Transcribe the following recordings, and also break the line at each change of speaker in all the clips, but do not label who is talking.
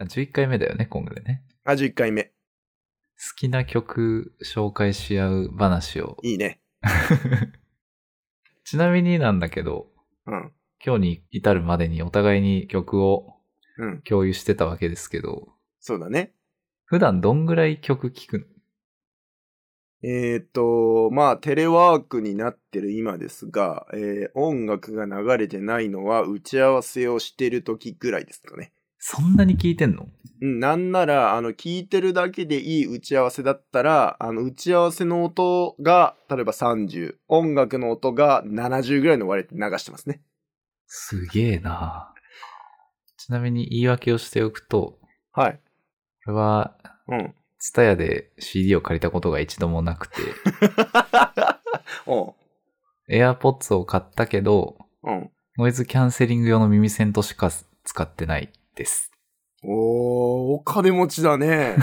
11回目だよね、今後でね。
あ、11回目。
好きな曲紹介し合う話を。
いいね。
ちなみになんだけど、
うん。
今日に至るまでにお互いに曲を
うん。
共有してたわけですけど、
そうだね。
普段どんぐらい曲聴くの
えーっと、まあ、テレワークになってる今ですが、えー音楽が流れてないのは打ち合わせをしてる時ぐらいですかね。
そんなに聴いてんの
うん、なんなら、あの、聞いてるだけでいい打ち合わせだったら、あの、打ち合わせの音が、例えば30、音楽の音が70ぐらいの割れて流してますね。
すげえなちなみに言い訳をしておくと、
はい。
これは、
うん。
ツタヤで CD を借りたことが一度もなく て、
おう。
AirPods を買ったけど、
うん。
ノイズキャンセリング用の耳栓としか使ってないです。
おー、お金持ちだね。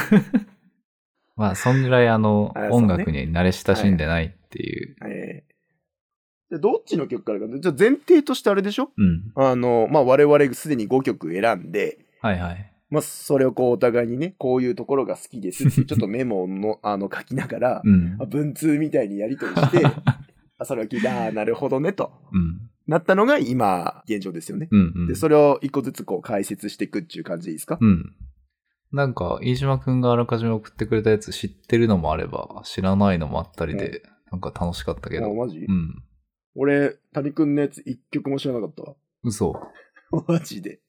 まあ、そんぐらいあの、
あそうね
音楽に慣れ親しんでないっていう。
えー、でどっちの曲からか。じゃあ前提としてあれでしょ
うん。
あの、まあ、我々すでに5曲選んで、
はいはい。
まあ、それをこうお互いにね、こういうところが好きで すって、ちょっとメモの、あの、書きながら、
うん
あ。文通みたいにやりと りして、あそれを聞いて、ああ、なるほどね、と
うん。
なったのが今、現状ですよね。
うん、うん
で、。それを一個ずつこう解説していくっていう感じでいいですか
うん。なんか、飯島くんがあらかじめ送ってくれたやつ知ってるのもあれば、知らないのもあったりで、なんか楽しかったけ
あ
ど。
マジ、
うん。
俺、谷くんのやつ一曲も知らなかったわ。
嘘。
マジで。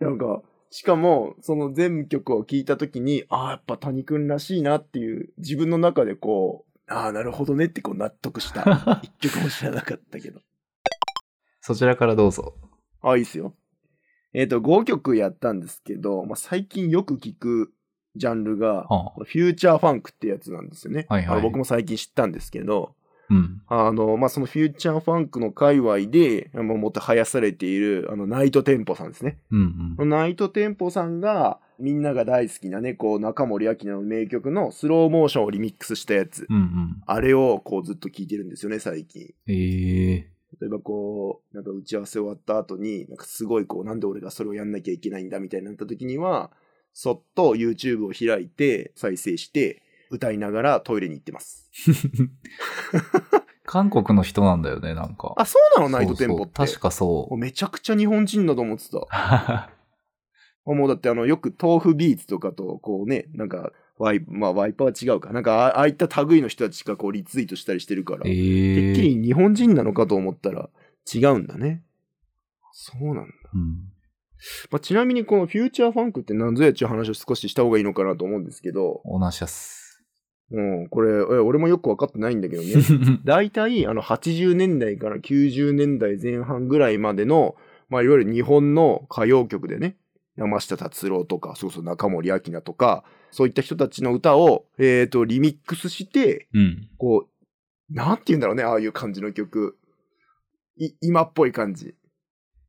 なんか、しかも、その全曲を聴いたときに、ああ、やっぱ谷くんらしいなっていう、自分の中でこう、ああ、なるほどねってこう納 得した。一曲も知らなかったけど。
そちらからどうぞ。
あ、いいっすよ。えっ、と、5曲やったんですけど、まあ、最近よく聞くジャンルが、
はあ
フューチャーファンクってやつなんですよね。
はいはい
あの僕も最近知ったんですけど、
うん。
あの、まあ、そのフューチャーファンクの界隈で、まあ、もっと生やされている、あの、ナイトテンポさんですね。
うんうん。
ナイトテンポさんが、みんなが大好きなね、こう、中森明菜の名曲のスローモーションをリミックスしたやつ。
うんうん。
あれを、こう、ずっと聴いてるんですよね、最近。
ええ
例えばこう、なんか打ち合わせ終わった後に、なんかすごいこう、なんで俺がそれをやんなきゃいけないんだみたいになった時には、そっと YouTube を開いて、再生して、歌いながらトイレに行ってます。
韓国の人なんだよね、なんか。
あ、そうなの
そうそう、
ナイトテンポって。
確かそ
もうめちゃくちゃ日本人だと思ってた。
う。
もうだってあの、よく豆腐ビーツとかと、こうね、なんか、ワイ、まあワイパーは違うか。なんか、あああいった類の人たちがこう、リツイートしたりしてるから。
ええ
てっきり日本人なのかと思ったら、違うんだね。そうなんだ
うん。
まあ、ちなみにこのフューチャーファンクって何ぞやっちゅう話を少しした方がいいのかなと思うんですけど、
オーナーシャス。
うん、これ、え俺もよく分かってないんだけ どね。大体、あの、80年代から90年代前半ぐらいまでの、まあ、いわゆる日本の歌謡曲でね、山下達郎とか、そうそう中森明菜とか、そういった人たちの歌を、えっ、と、リミックスして、
うん。
こう、なんて言うんだろうね、ああいう感じの曲。い、今っぽい感じ。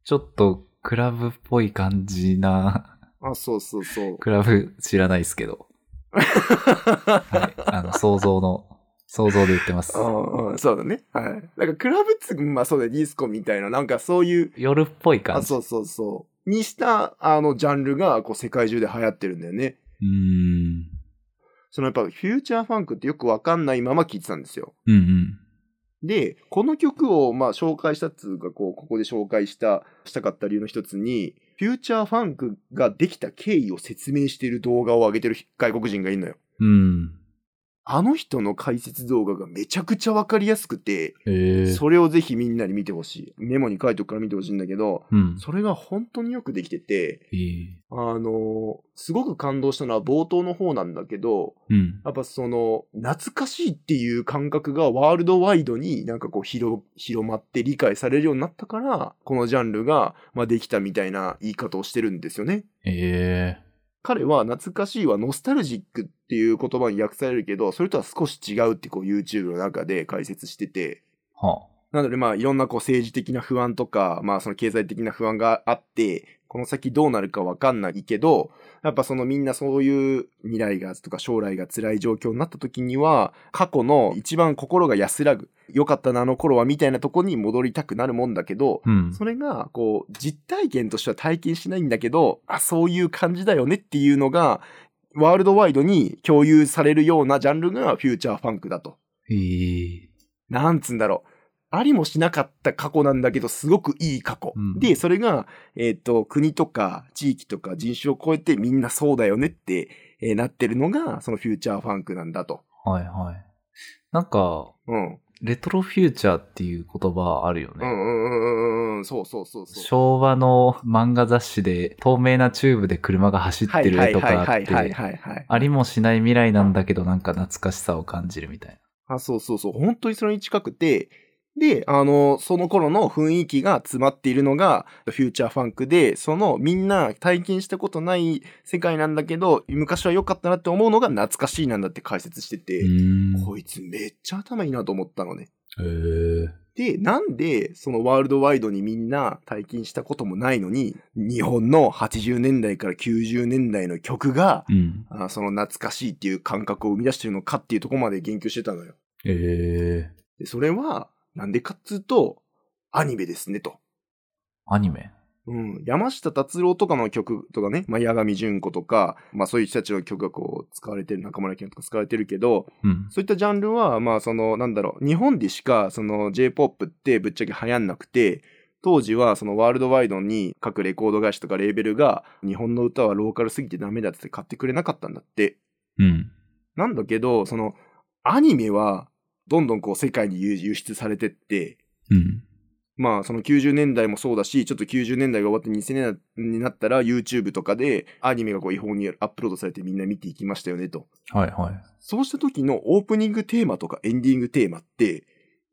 ちょっと、クラブっぽい感じな、
あ、そうそうそう。
クラブ知らないですけど。はい。あの、想像の、想像で言ってます。
うんうん、そうだね。はい。なんかクラブつ、まあそうだよ、ディスコみたいな、なんかそういう、
夜っぽい感
あ、
じ。
そううそうそう。にした、あの、ジャンルが、こう、世界中で流行ってるんだよね。
ーん。
そのやっぱ、フューチャーファンクってよくわかんないまま聞いてたんですよ。
うんうん。
で、この曲を、まあ、紹介したっつうか、こう、ここで紹介した、したかった理由の一つに、フューチャーファンクができた経緯を説明している動画を上げてる外国人がいるのよ。
うん。
あの人の解説動画がめちゃくちゃわかりやすくて、
ええ
それをぜひみんなに見てほしい。メモに書いておくから見てほしいんだけど、
うん。
それが本当によくできてて、
ええ
あの、すごく感動したのは冒頭の方なんだけど、
うん。
やっぱその、懐かしいっていう感覚がワールドワイドになんかこう広、広まって理解されるようになったから、このジャンルが、まあ、できたみたいな言い方をしてるんですよね。
ええ
彼は懐かしいはノスタルジックっていう言葉に訳されるけど、それとは少し違うってこう YouTube の中で解説してて、
はあ。
なので、まあ、いろんなこう政治的な不安とか、まあ、その経済的な不安があって、この先どうなるかわかんないけど、やっぱそのみんなそういう未来がとか将来が辛い状況になった時には、過去の一番心が安らぐ、良かったなあの頃はみたいなとこに戻りたくなるもんだけど、
うん。
それが、こう、実体験としては体験しないんだけど、あ、そういう感じだよねっていうのが、ワールドワイドに共有されるようなジャンルがフューチャーファンクだと。
いい。
なんつうんだろう。ありもしなかった過去なんだけど、すごくいい過去。
うん
で、それが、えっ、と、国とか地域とか人種を超えてみんなそうだよねって、えーなってるのが、そのフューチャーファンクなんだと。
はいはい。なんか、
うん。うん
レトロフューチャーっていう言葉あるよ
う
ね。
んうんうんうん。そうそうそうそう。
昭和の漫画雑誌で透明なチューブで車が走ってる絵とかあ
は
っ
いはいはいはい
て、
はいはいはい。
ありもしない未来なんだけどなんか懐かしさを感じるみたい
あ、そうそうそう。本当にそれに近くて、で、あの、その頃の雰囲気が詰まっているのが、フューチャーファンクで、そのみんな体験したことない世界なんだけど、昔は良かったなって思うのが懐かしいなんだって解説してて、
な。うん
こいつめっちゃ頭いいなと思ったのね。
へー
で、なんで、そのワールドワイドにみんな体験したこともないのに、日本の80年代から90年代の曲が、
うん。
あその懐かしいっていう感覚を生み出してるのかっていうところまで言及してたのよ。
えー、
で、それは、なんでかっつうと、アニメですね、と。
アニメ。
うん。山下達郎とかの曲とかね、まあ、矢上淳子とか、まあ、そういう人たちの曲がこう、使われてる、中村健とか使われてるけど、
うん。
そういったジャンルは、まあ、その、なんだろう、日本でしか、その、J-POP ってぶっちゃけ流行んなくて、当時は、その、ワールドワイドに各レコード会社とかレーベルが、日本の歌はローカルすぎてダメだって買ってくれなかったんだって。
うん。
なんだけど、その、アニメは、どんどんこう、世界に輸輸出されてって、
うん。
まあ、その90年代もそうだし、ちょっと90年代が終わって2000年代になったら YouTube とかでアニメがこう違法にアップロードされてみんな見ていきましたよねと。
はいはい。
そうした時のオープニングテーマとかエンディングテーマって、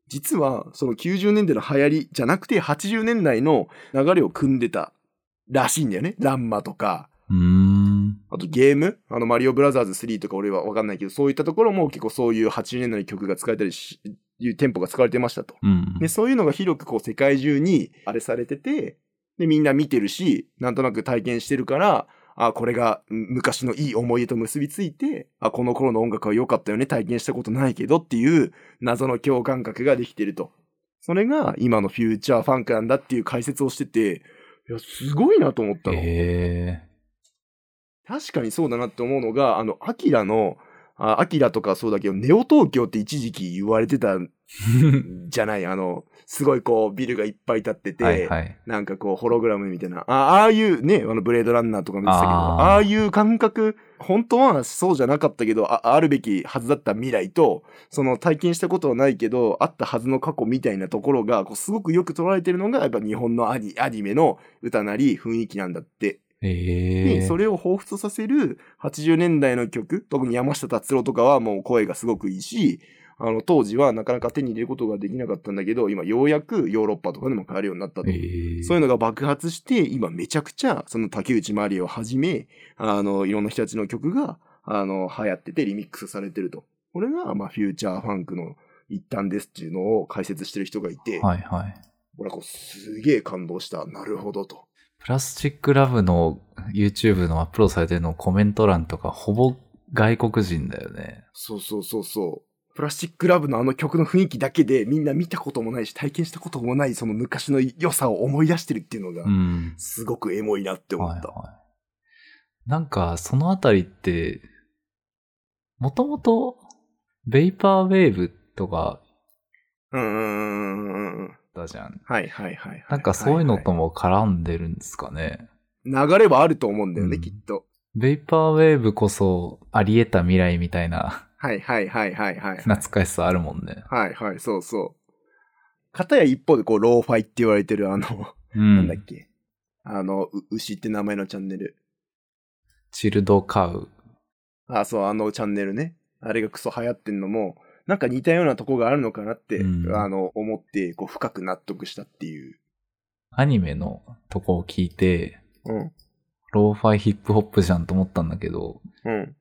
実はその90年代の流行りじゃなくて80年代の流れを組んでたらしいんだよね。ランマとか、
うーん。
あとゲームあのマリオブラザーズ3とか俺はわかんないけど、そういったところも結構そういう80年代の曲が使われたりし、いうテンポが使われてましたと。
うん。
で、そういうのが広くこう世界中にあれされてて、で、みんな見てるし、なんとなく体験してるから、あ、これがん昔のいい思い出と結びついて、あ、この頃の音楽は良かったよね、体験したことないけどっていう謎の共感覚ができてると。それが今のフューチャーファンクなんだっていう解説をしてて、いや、すごいなと思ったの。
え
確かにそうだなって思うのが、あの、アキラの、あアキラとかそうだけど、ネオ東京って一時期言われてた
ー
じゃない、あの、すごいこう、ビルがいっぱい建ってて、
はいはい。
なんかこう、ホログラムみたいな、あああいうね、あの、ブレードランナーとか見てたけど、
あー
ああいう感覚、本当はそうじゃなかったけどあ、あるべきはずだった未来と、その体験したことはないけど、あったはずの過去みたいなところが、こう、すごくよく捉えてるのが、やっぱ日本のアニアニメの歌なり雰囲気なんだって。
ええ
で、それを彷彿とさせる80年代の曲、特に山下達郎とかはもう声がすごくいいし、あの、当時はなかなか手に入れることができなかったんだけど、今ようやくヨーロッパとかでも買えるようになったと。
ええ
そういうのが爆発して、今めちゃくちゃ、その竹内まりやをはじめ、あの、いろんな人たちの曲が、あの、流行っててリミックスされてると。これが、まあ、フューチャーファンクの一端ですっていうのを解説してる人がいて、
はいはい。
俺はこう、すげえ感動した。なるほどと。
プラスチックラブの YouTube のアップロードされてるのコメント欄とかほぼ外国人だよね。
そうそうそうそう。プラスチックラブのあの曲の雰囲気だけでみんな見たこともないし体験したこともないその昔の良さを思い出してるっていうの
う
が
ん。
すごくエモいなって思
はい
った。
はい。なんかそのあたりって、もともとベイパーウェーブとか
うんうんうんうんうん。
だじゃん。
はいはいはいはい。
なんかそういうのとも絡んでるんですかね。
はいはい。流れはあると思うんだよね、
うん
きっと。
ベイパーウェーブこそあり得た未来みたいな
はいはいはいはいはい。
懐かしさあるもんね。
はいはい、そうそう。かたや一方でこう、ローファイって言われてるあの、
う
なんだっ
ん。
け。あの、う牛って名前のチャンネル。
チルドカウ。
あ、そう、あのチャンネルね。あれがクソ流行ってんのも、なんか似たようなとこがあるのかなって、
うん
あの、思って、こう、深く納得したっていう。
アニメのとこを聞いて、
うん。
ローファイヒップホップじゃんと思ったんだけど、
うん。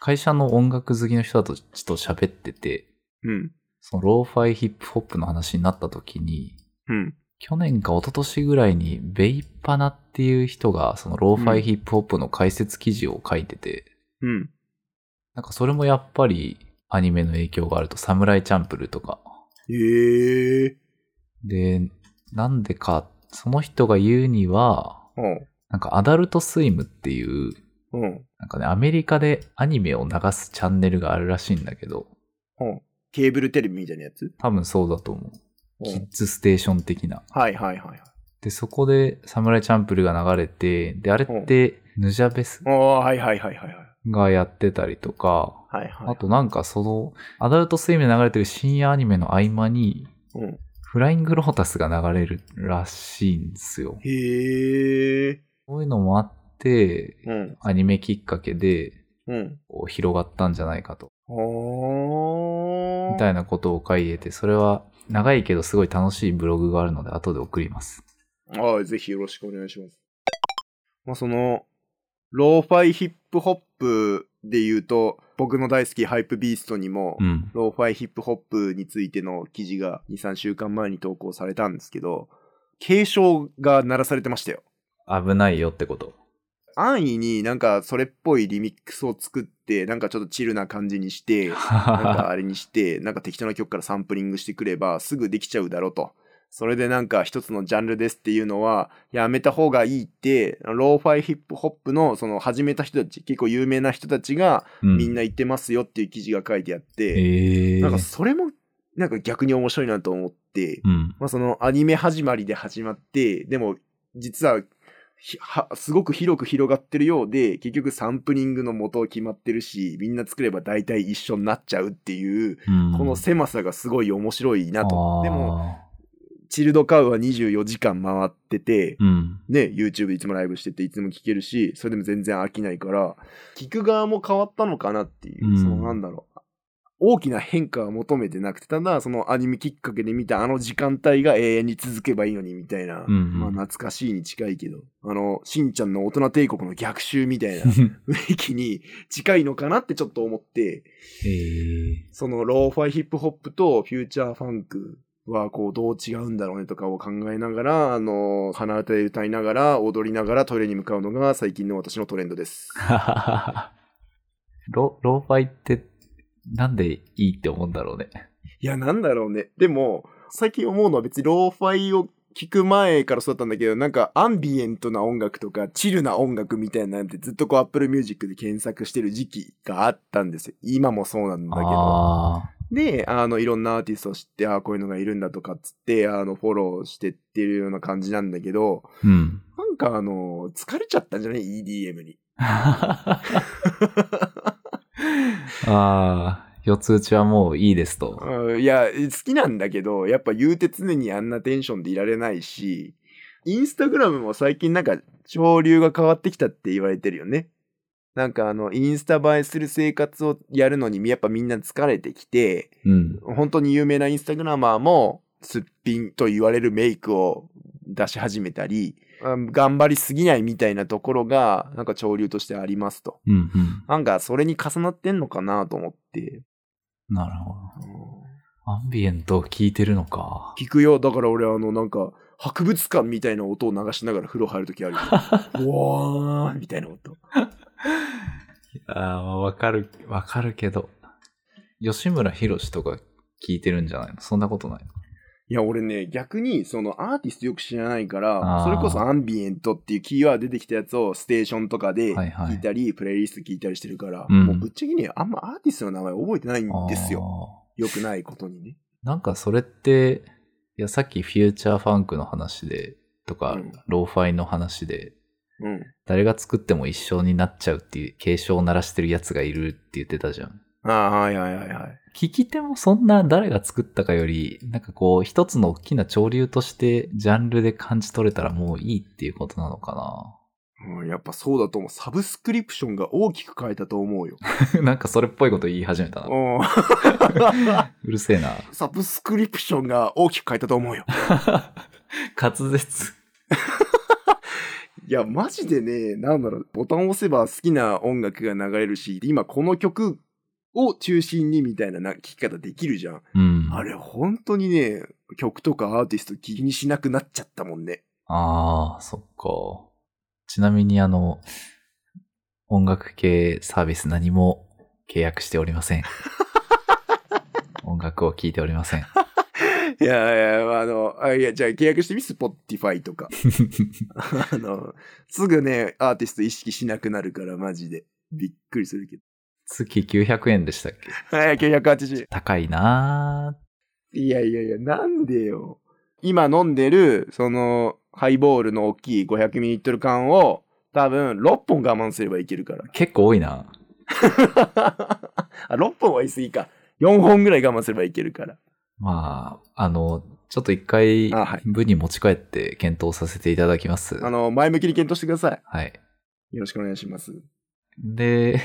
会社の音楽好きの人たちと喋ってて、
うん。
そのローファイヒップホップの話になった時に、
うん。
去年か一昨年ぐらいにベイパナっていう人がそのローファイヒップホップの解説記事を書いてて、
うん。
なんかそれもやっぱりアニメの影響があると、サムライチャンプルーとか。
ええ
で、なんでか、その人が言うには、
うん。
なんかアダルトスイムっていう、
うん。
なんかね、アメリカでアニメを流すチャンネルがあるらしいんだけど、
うん。ケーブルテレビみたいなやつ
多分そうだと思う。
う
キッ
ん。
ズステーション的な。
はいはいはい。
で、そこでサムライチャンプルが流れて、で、あれってヌジャベス
ああ、はいはいはいはい。
がやってたりとか、
はいはい。
あとなんかその、アダルトスイムで流れてる深夜アニメの合間に、
うん。
フライングロータスが流れるらしいんですよ。
へえ。
そういうのもあって、
うん。
アニメきっかけで
うん。
こう広がったんじゃないかと、
ああ。
みたいなことを書いてて、それは長いけどすごい楽しいブログがあるので後で送ります。
ああ、ぜひよろしくお願いします。まあ、その、ローファイヒップホップで言うと、僕の大好きハイプビーストにも、
うん。
ローファイヒップホップについての記事が2、3週間前に投稿されたんですけど、警鐘が鳴らされてましたよ。
危ないよってこと。
安易になんかそれっぽいリミックスを作って、なんかちょっとチルな感じにして、なんかあれにして、なんか適当な曲からサンプリングしてくればすぐできちゃうだろうと。それでなんか一つのジャンルですっていうのはやめた方がいいって、ローファイヒップホップのその始めた人たち、結構有名な人たちが
うん
みんな言ってますよっていう記事が書いてあって、
えー、
なんかそれもなんか逆に面白いなと思って、
うん。
まあそのアニメ始まりで始まって、でも実はひはすごく広く広がってるようで、結局サンプリングの元決まってるし、みんな作れば大体一緒になっちゃうっていう、
うん
この狭さがすごい面白いなと。でも、、
あ
チルドカウは24時間回ってて
ー、うん。
ね、YouTube いつもライブしてていつも聴けるし、それでも全然飽きないから、聴く側も変わったのかなっていう、
うん
そのなんだろう。大きな変化は求めてなくて、ただそのアニメきっかけで見たあの時間帯が永遠に続けばいいのにみたいな、
うんうん
まあ懐かしいに近いけど、あの、しんちゃんの大人帝国の逆襲みたいな 雰囲気に近いのかなってちょっと思って、
えー、
そのローファイヒップホップとフューチャーファンクはこうどう違うんだろうねとかを考えながら、あの、鼻歌で歌いながら、踊りながらトイレに向かうのが最近の私のトレンドです。
ロローファイってなんでいいって思うんだろうね。
いや、なんだろうね。でも、最近思うのは別にローファイを聞く前からそうだったんだけど、なんかアンビエントな音楽とか、チルな音楽みたいなんてずっとこう Apple Music で検索してる時期があったんですよ。今もそうなんだけど。
あ
で、あの、いろんなアーティストを知って、ああ、こういうのがいるんだとかっつって、あの、フォローしてってるような感じなんだけど、
あ。うん。
なんかあの、疲れちゃったんじゃない ?EDM に。
ああ、四つ打ちはもういいですと。
うんいや、好きなんだけど、やっぱ言うて常にあんなテンションでいられないし、インスタグラムも最近なんか潮流が変わってきたって言われてるよね。なんかあの、インスタ映えする生活をやるのにやっぱみんな疲れてきて、
うん。
本当に有名なインスタグラマーも、すっぴんと言われるメイクを出し始めたり、うん頑張りすぎないみたいなところが、なんか潮流としてありますと。
うんうん。
なんかそれに重なってんのかなと思って。
なるほど。
うん
アンビエントを聞いてるのか。
聞くよ。だから俺、あの、なんか、博物館みたいな音を流しながら風呂入るときある よ。わーみたいな音。
ああ、わかる、わかるけど。吉村博士とか聞いてるんじゃないのそんなことない
いや、俺ね、逆に、その、アーティストよく知らないから
あ、ー
それこそアンビエントっていうキーワード出てきたやつをステーションとかで
はいはい
聞いたり、プレイリスト聞いたりしてるから、
うん
もうぶっちゃけね、あんまアーティストの名前覚えてないん
の
ですよ。
よ。
よくないことにね。
なんかそれって、いや、さっきフューチャーファンクの話で、とか、
うん
ローファイの話で、
うん。
誰が作っても一緒になっちゃうっていう警鐘を鳴らしてるやつがいるって言ってたじゃん。
ああ、はいはいはいはい。
聞き手もそんな誰が作ったかより、なんかこう、一つの大きな潮流として、ジャンルで感じ取れたらもういいっていうことなのか
うん、やっぱそうだと思う。サブスクリプションが大きく変えたと 思うよ。
な。なんかそれっぽいこと言い始めたな。
うん。
うるせえな。
サブスクリプションが大きく変えたと思うよ。
滑舌。
いや、マジでね、なんだろう、ボタンを押せば好きな音楽が流れるし、今この曲を中心にみたいなな聞き方できるじゃん。
うん。うん。
あれ、本当にね、曲とかアーティスト気にしなくなっちゃったもんね。
ああ、そっか。ちなみにあの、音楽系サービス何も契約しておりま せん。音楽を聴いておりません。
いやいや、あの、あいや、じゃあ契約してみ、スポッティファイとか。あの、すぐね、アーティスト意識しなくなるから、マジで。びっくりするけど。
月900円でしたっけ
はい、980。
高いなぁ。
いやいやいや、なんでよ。今飲んでる、その、ハイボールの大きい 500ml 缶を、多分、6本我慢すればいけるから。
結構多いな。
あ、6本は言い過ぎか。4本ぐらい我慢すればいけるから。
まあ、あの、ちょっと一回
あはい、
部に持ち帰って検討させていただきます。
あの、前向きに検討してくださ
はい。
い。よろしくお願いします。
で、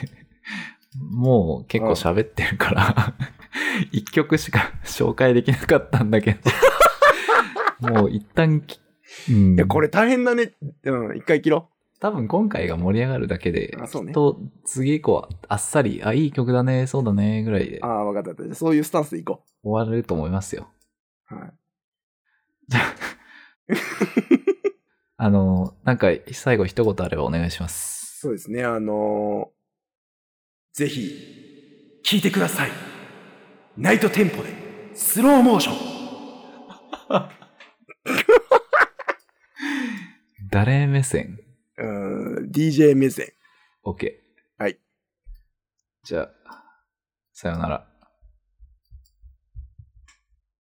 もう結構喋ってるから、 一曲しか 紹介できなかったんだけ ど、もう一旦き、うん
いや、これ大変だね。うん、一回切ろ
多分今回が盛り上がるだけで、
あそうね
きっと次以降はあっさり、あ、いい曲だね、そうだね、ぐらいで
う。ああ、わかったわかった。そういうスタンスでいこ
終わると思いますよ。
う。はい。
あの、なんか最後一言あればお願いします。
そうですね、あのーぜひ、聞いてください。ナイトテンポで、スローモーション。
誰目線
うーん、DJ 目線。
?OK。
はい。
じゃあ、さよなら。